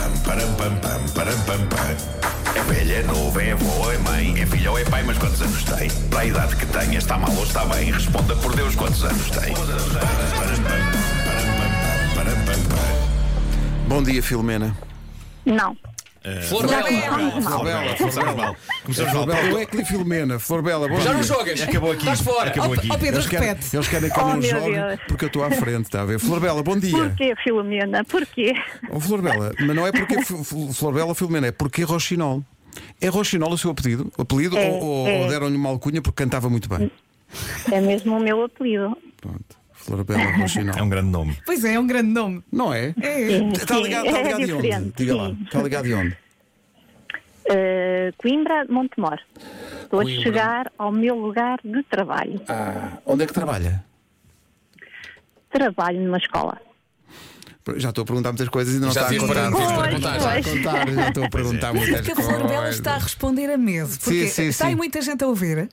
pam, pam, param, pam, pam. É velha, é nova, é avó, é mãe, é filha ou é pai, mas quantos anos tem? Para a idade que tem, está mal ou está bem? Responda por Deus quantos anos tem. Bom dia, Filomena. Não. Flor Já Bela. começámos mal. Bela, Começamos mal. Começamos Flor mal. Bela, do Ecli Filomena. Flor Bela, bom Já não dia. jogas. Acabou aqui. Estás fora. Acabou Ó, aqui. ó, Pedro, Eles querem, repete. eles querem que eu Oh, não meu jogue Deus. porque eu estou à frente, está a ver? Flor Bela, bom dia. Porquê, Filomena? Porquê? Oh, Flor Bela, mas não é porque F- F- Flor Bela Filomena, é porque Rochinol. É Rochinol o seu apelido? apelido É, ou, ou- é. ou deram-lhe uma alcunha porque cantava muito bem? É mesmo o meu apelido. Pronto. Flor Bela É Rochinol. um grande nome. Pois é, é um grande nome. Não é? É. Está Sim, ligado, está é ligado de onde? diferente, Diga lá. sim. Está ligado de onde? Uh, Coimbra, Montemor. Estou Coimbra. a chegar ao meu lugar de trabalho. Ah, onde é que trabalha? Trabalho numa escola. Já estou a perguntar muitas coisas e ainda não Já fiz está a contar. é. perguntas Pois, para contar, já. está a contar, já estou a perguntar muitas Porque a coisas. Flor Bela está a responder a medo. Porque Sim, sim, está sim. aí muita gente a ouvir.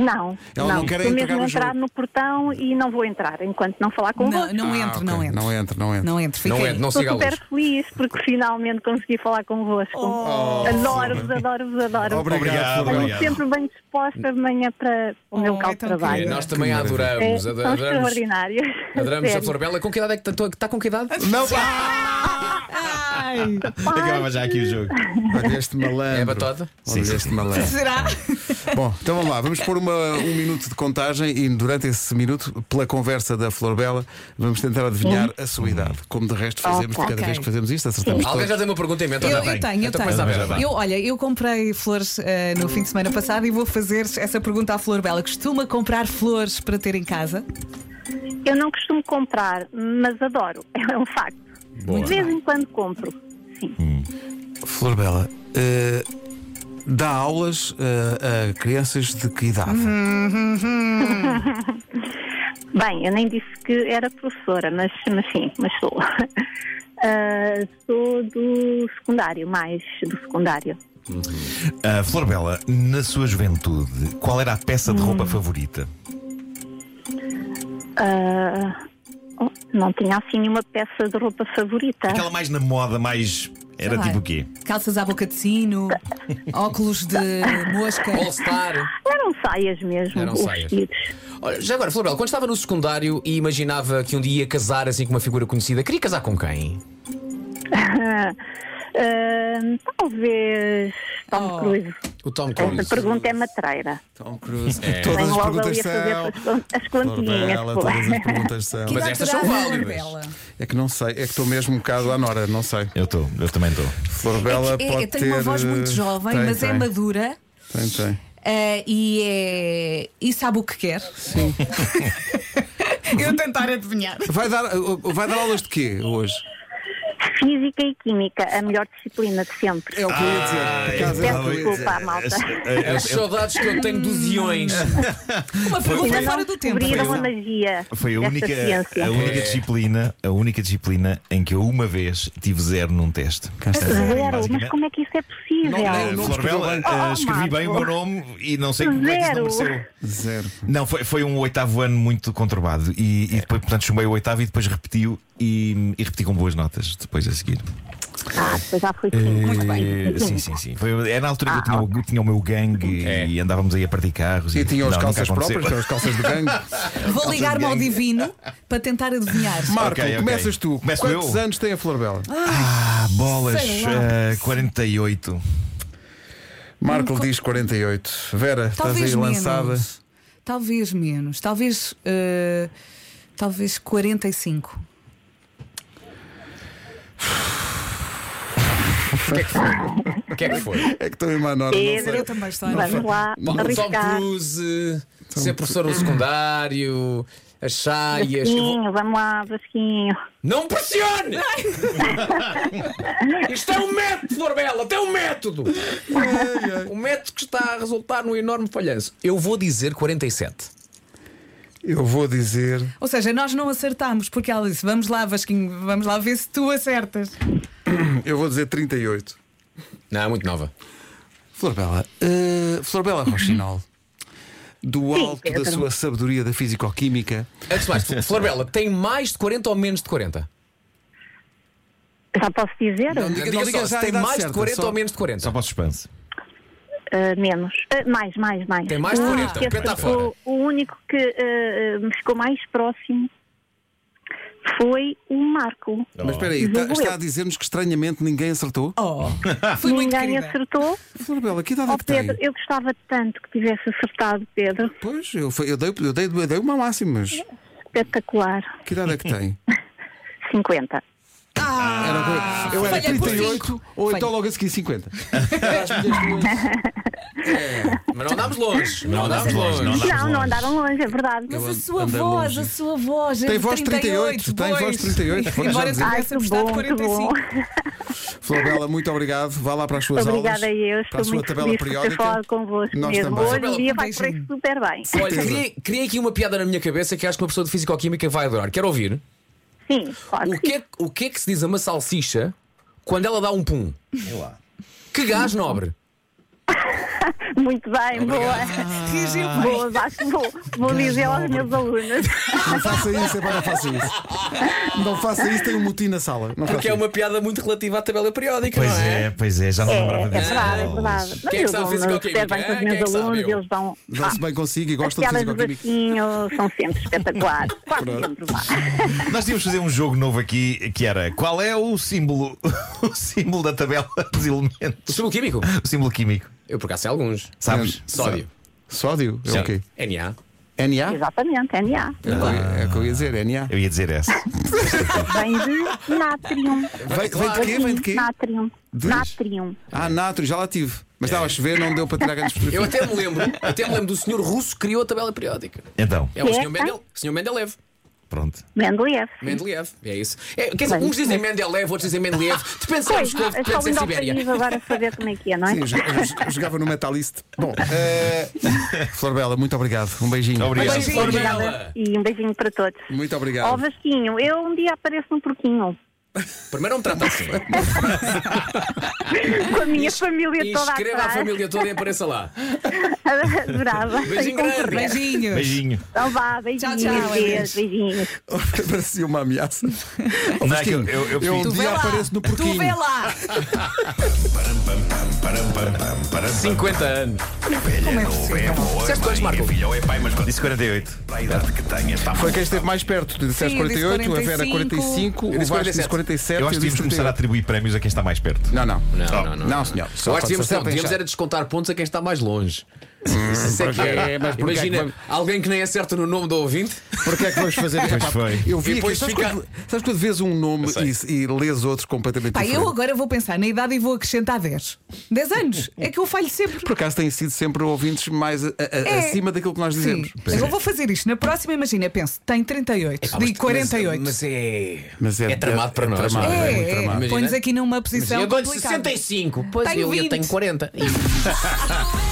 Não, Ela não quer Estou entregar mesmo o a entrar jogo. no portão e não vou entrar enquanto não falar Não, convosco. não, entre, Ah, não ok. entre, Não entra, não entra. Não entre, fica Não aí. é, não siga a Estou luz. super feliz porque finalmente consegui falar convosco. Adoro-vos, adoro-vos, adoro-vos. Obrigado, Flor Estou Bela. sempre bem disposta de manhã para o meu Oh, local é de tão É, trabalho. querido. nós também a É, adoramos. são Adoramos, extraordinários. adoramos a Sério. Flor Bela. Com que idade é que está? Está com que idade? Não, Ai, Acabava já aqui o jogo. Olha este malandro. É batota? Olha Sim, este malandro. será? Bom, então vamos lá, vamos pôr uma- um minuto de contagem e durante esse minuto, pela conversa da Flor Bela, vamos tentar adivinhar a sua idade. Como de resto fazemos, de cada Ok. vez que fazemos isto, acertamos Alguém todos. já tem uma pergunta em mente? Eu, ou já eu tem? tenho, eu Então começa a Já ver. vai. tenho. Eu, olha, eu comprei flores eh, no fim de semana passado e vou fazer essa pergunta à Flor Bela. Costuma comprar flores para ter em casa? Eu não costumo comprar, mas adoro. É um facto. Boa. De vez em quando compro. Sim. Flor Bela, eh, dá aulas eh, a crianças de que idade? Uhum. Bem, eu nem disse que era professora, mas, mas sim, mas sou. Ah, sou do secundário, mais do secundário. Ah, Flor Bela, na sua juventude, qual era a peça de Hum. roupa favorita? Ah, oh, não tinha assim nenhuma peça de roupa favorita. Aquela mais na moda, mais. Era Sei lá. tipo o quê? Calças à boca de sino, óculos de mosca. All-Star. Eram saias mesmo, Eram os saias. vestidos. Olha, já agora, Flor Bela, quando estava no secundário e imaginava que um dia ia casar assim com uma figura conhecida, queria casar com quem? Ah, talvez Tom Oh. Cruise. O Tom Cruise. Essa pergunta é matreira. Tom Cruise. Vem Todas as logo ali perguntas a fazer as, são. con- as Flor continhas. Bela, pô. todas as perguntas são. Que Mas idade estas são terá a Flor válidas. Bela? É que não sei, é que estou mesmo um bocado à Nora, não sei. Eu estou, eu também estou. Flor Bela É que é- pode tem ter. uma voz muito eh, jovem, tem, mas é tem, madura Tem, tem. eh, e, é, e sabe o que quer. Sim. eu tentar adivinhar. Vai dar, vai dar aulas de quê hoje? Física e Química, a melhor disciplina de sempre. É o que eu é- ia dizer. Por acaso era o Peço que eu ia dizer. desculpa à malta. As É, saudades que eu tenho dos iões. Uma pergunta Ainda fora não do tempo. descobriram a atenção. magia Foi a desta única, ciência. a única disciplina, a única disciplina em que eu uma vez tive zero num teste. Zero, mas Basicamente. como é que isso é possível? Não, não, não. Flor Bela, escreveu bem. ah, Oh, escrevi bem o meu Marco. nome e não sei como é que isso não Zero. mereceu. Zero. Não, foi, foi um oitavo ano muito conturbado e, e depois, portanto, chumbei o oitavo e depois repetiu e, e repeti com boas notas depois a seguir. Ah, depois já foi sim. Muito Eh, bem. então. Sim, sim, sim. Foi, era na altura Ah, que eu tinha, o- eu tinha o meu gangue e andávamos aí a partir carros. E tinham as não, nunca calças aconteceu. próprias, que eram as calças de gangue. Vou ligar-me ao divino para tentar adivinhar. Marco, Ok, ok. começas tu. Começo Quantos eu? anos tem a Flor Bela? Ah, bolas, Sei lá. eh, 48. Marco diz 48. Vera, Talvez estás aí lançada. menos. Talvez menos. Talvez. eh, talvez 45. O que é que foi? É que estou em Manor. Eu Pedro, também estou a vamos lá Tom arriscar. Cruise, ser professor no secundário, as Ah, saias. Eu vou- Vasquinho, vamos lá, Vasquinho. Não me pressione! Isto é um método, Flor Bela, tem um método! Um método que está a resultar num enorme falhanço. Eu vou dizer 47. Eu vou dizer. Ou seja, nós não acertámos, porque ela disse: Vamos lá, Vasquinho, vamos lá ver se tu acertas. Eu vou dizer 38. Não, é muito nova. Flor Bela. eh, Flor Bela Rochinol. Do Sim, alto da Pedro. sua sabedoria da fisicoquímica. Antes de mais, Flor Bela, tem mais de 40 ou menos de 40? Já posso dizer? diga- Diga diga só, já se a tem idade mais de certa, 40 só- ou menos de 40. Só para o suspense. Ah, menos. Ah, mais, mais, mais. Tem mais de Não 40, esqueça canta que é fora. o, o único que ah, ah, me ficou mais próximo foi o Marco. Mas espera aí, está, Jogo está eu. a dizer-nos que estranhamente ninguém acertou? Oh, fui muito Ninguém querida. acertou. Flor Bela, que idade Oh, é que Pedro, tem? eu gostava tanto que tivesse acertado, Pedro. Pois, eu, fui- eu dei, eu, dei, eu dei uma máxima, mas Espetacular. que idade é que tem? 50. Ah, Era Ah, coisa- eu era falhei por 38 ou então logo a seguir 50. Mas não andámos longe. Não andámos andámos longe, longe. não andámos Não, não longe. andaram longe, é verdade. Mas a Eu sua andei voz, longe. a sua voz. é Tem em voz 38, tem voz pois. 38, vou já Embora dizer. tivesse Ai, que apostado bom, que bom. 45. Flor Bela, muito obrigado. Vá lá para as suas aulas. Obrigada a eu, para a estou sua muito tabela feliz por ter periódica. falado convosco Nós mesmo. também. Hoje o dia Um vai correr beijinho. super bem. Olha, Certeza. criei, criei aqui uma piada na minha cabeça que acho que uma pessoa de fisicoquímica vai adorar. Quero ouvir. Sim, claro O que que, é, o que é que se diz a uma salsicha quando ela dá um pum? Que gás nobre! sim. Muito bem, Reagiu boa. bem. Boa, acho que vou, vou dizer aos meus alunos. Não faça isso, é para não faça isso. Não faça isso, tem um mutim na sala. Não faça Porque é isso. uma piada muito relativa à tabela periódica, Pois não é? é, pois é, já não É, lembrava é disso. verdade, é verdade. Mas Quem é que eu sabe dou física me ou super bem química, com os hein? Quem é meus que sabe? alunos, Eu. eles vão. Dá-se bem consigo e As gosta de piadas físico do química. Vasquinho são sempre espetaculares. Quase sempre lá. Nós tínhamos de fazer um jogo novo aqui que era qual é o símbolo, o símbolo da tabela dos O elementos, símbolo químico? o símbolo químico, Eu por acaso sei alguns. sabes? Sódio. Sódio? É Sim. o quê? Na. NA? Exatamente, NA. É o que eu ia dizer, NA. Eu ia dizer essa. Vem de nátrium. Vem, vem de quê? Vem de quê? Nátrium. Diz. Nátrium. Ah, natro, já lá tive. Mas estava a chover, não deu para tirar grandes Eu perspectivas. até me lembro, até me lembro do senhor russo que criou a tabela periódica. Então, É o Que senhor é? Mendel, senhor Mendeleev. pronto. Mendeleev. Mendeleev, é isso. É, quer dizer, uns dizem Mendeleev, outros dizem Mendeleev. Depende se é Pois, Moscou, é depende só se é indo ao Sibéria. país agora saber como é que é, não é? Sim, eu jo- eu jo- jogava no Metalist. Bom, eh, Flor Bela, muito obrigado. Um beijinho. Obrigado. Mas, Flor Bela, Obrigada e um beijinho para todos. Muito Ó obrigado. Vasquinho, eu um dia apareço no porquinho Primeiro não me trata assim. com a minha família E toda escreva a atrás. família toda e apareça lá. Adorava. Beijinho Então, grande. Beijinhos. Beijinho. Então vá, beijinhos, Tchau, tchau, beijinhos, beijinhos. Parecia uma ameaça. Ó, Não, é que Vasquinho, eu- eu- eu eu um fiz- Tu vê dia lá. apareço no Tu porquinho. vê lá. Param, pam, pam, param, pam, pam, param, pam, 50 anos. pam. Velha Como é não possível? é boa, Disseste quantos, mãe, Marco? é filha ou é pai, mas quando Disse 48. para a idade que tem, está mal. Foi quem esteve mais perto. Tu disseste Sim, eu disse 48, a Vera 45, 45, eu o disse Vasco disse 47. Eu acho que disse devíamos começar a 38. atribuir prémios a quem está mais perto. Não, não. Não, não, não. Não, senhor. Só Eu acho pode que devíamos, ser não, devíamos penchado. era descontar pontos a quem está mais longe. Isso é que é. mas porquê Imagina, é que vamos- alguém que nem acerta no nome do ouvinte. Porquê é que vamos fazer Pois Epá, foi. Eu E vi aqui, depois sabes, fica- quando, sabes quando vês um nome e, e lês outros completamente Pá, eu diferente? agora vou pensar na idade e vou acrescentar 10. 10 anos. É que eu falho sempre. Por acaso têm sido sempre ouvintes mais a- a- É. acima daquilo que nós Sim. dizemos. Mas eu vou fazer isto. Na próxima, imagina, penso, tem 38. Ah, mas- Digo 48. Mas, mas é. Mas é- é tramado é- para é nós. tramado, não é é, muito é. tramado. põe-nos aqui numa Imagina, posição. Eu dou-lhe complicada. 65. Pois Tenho eu, eu 20. tenho 40.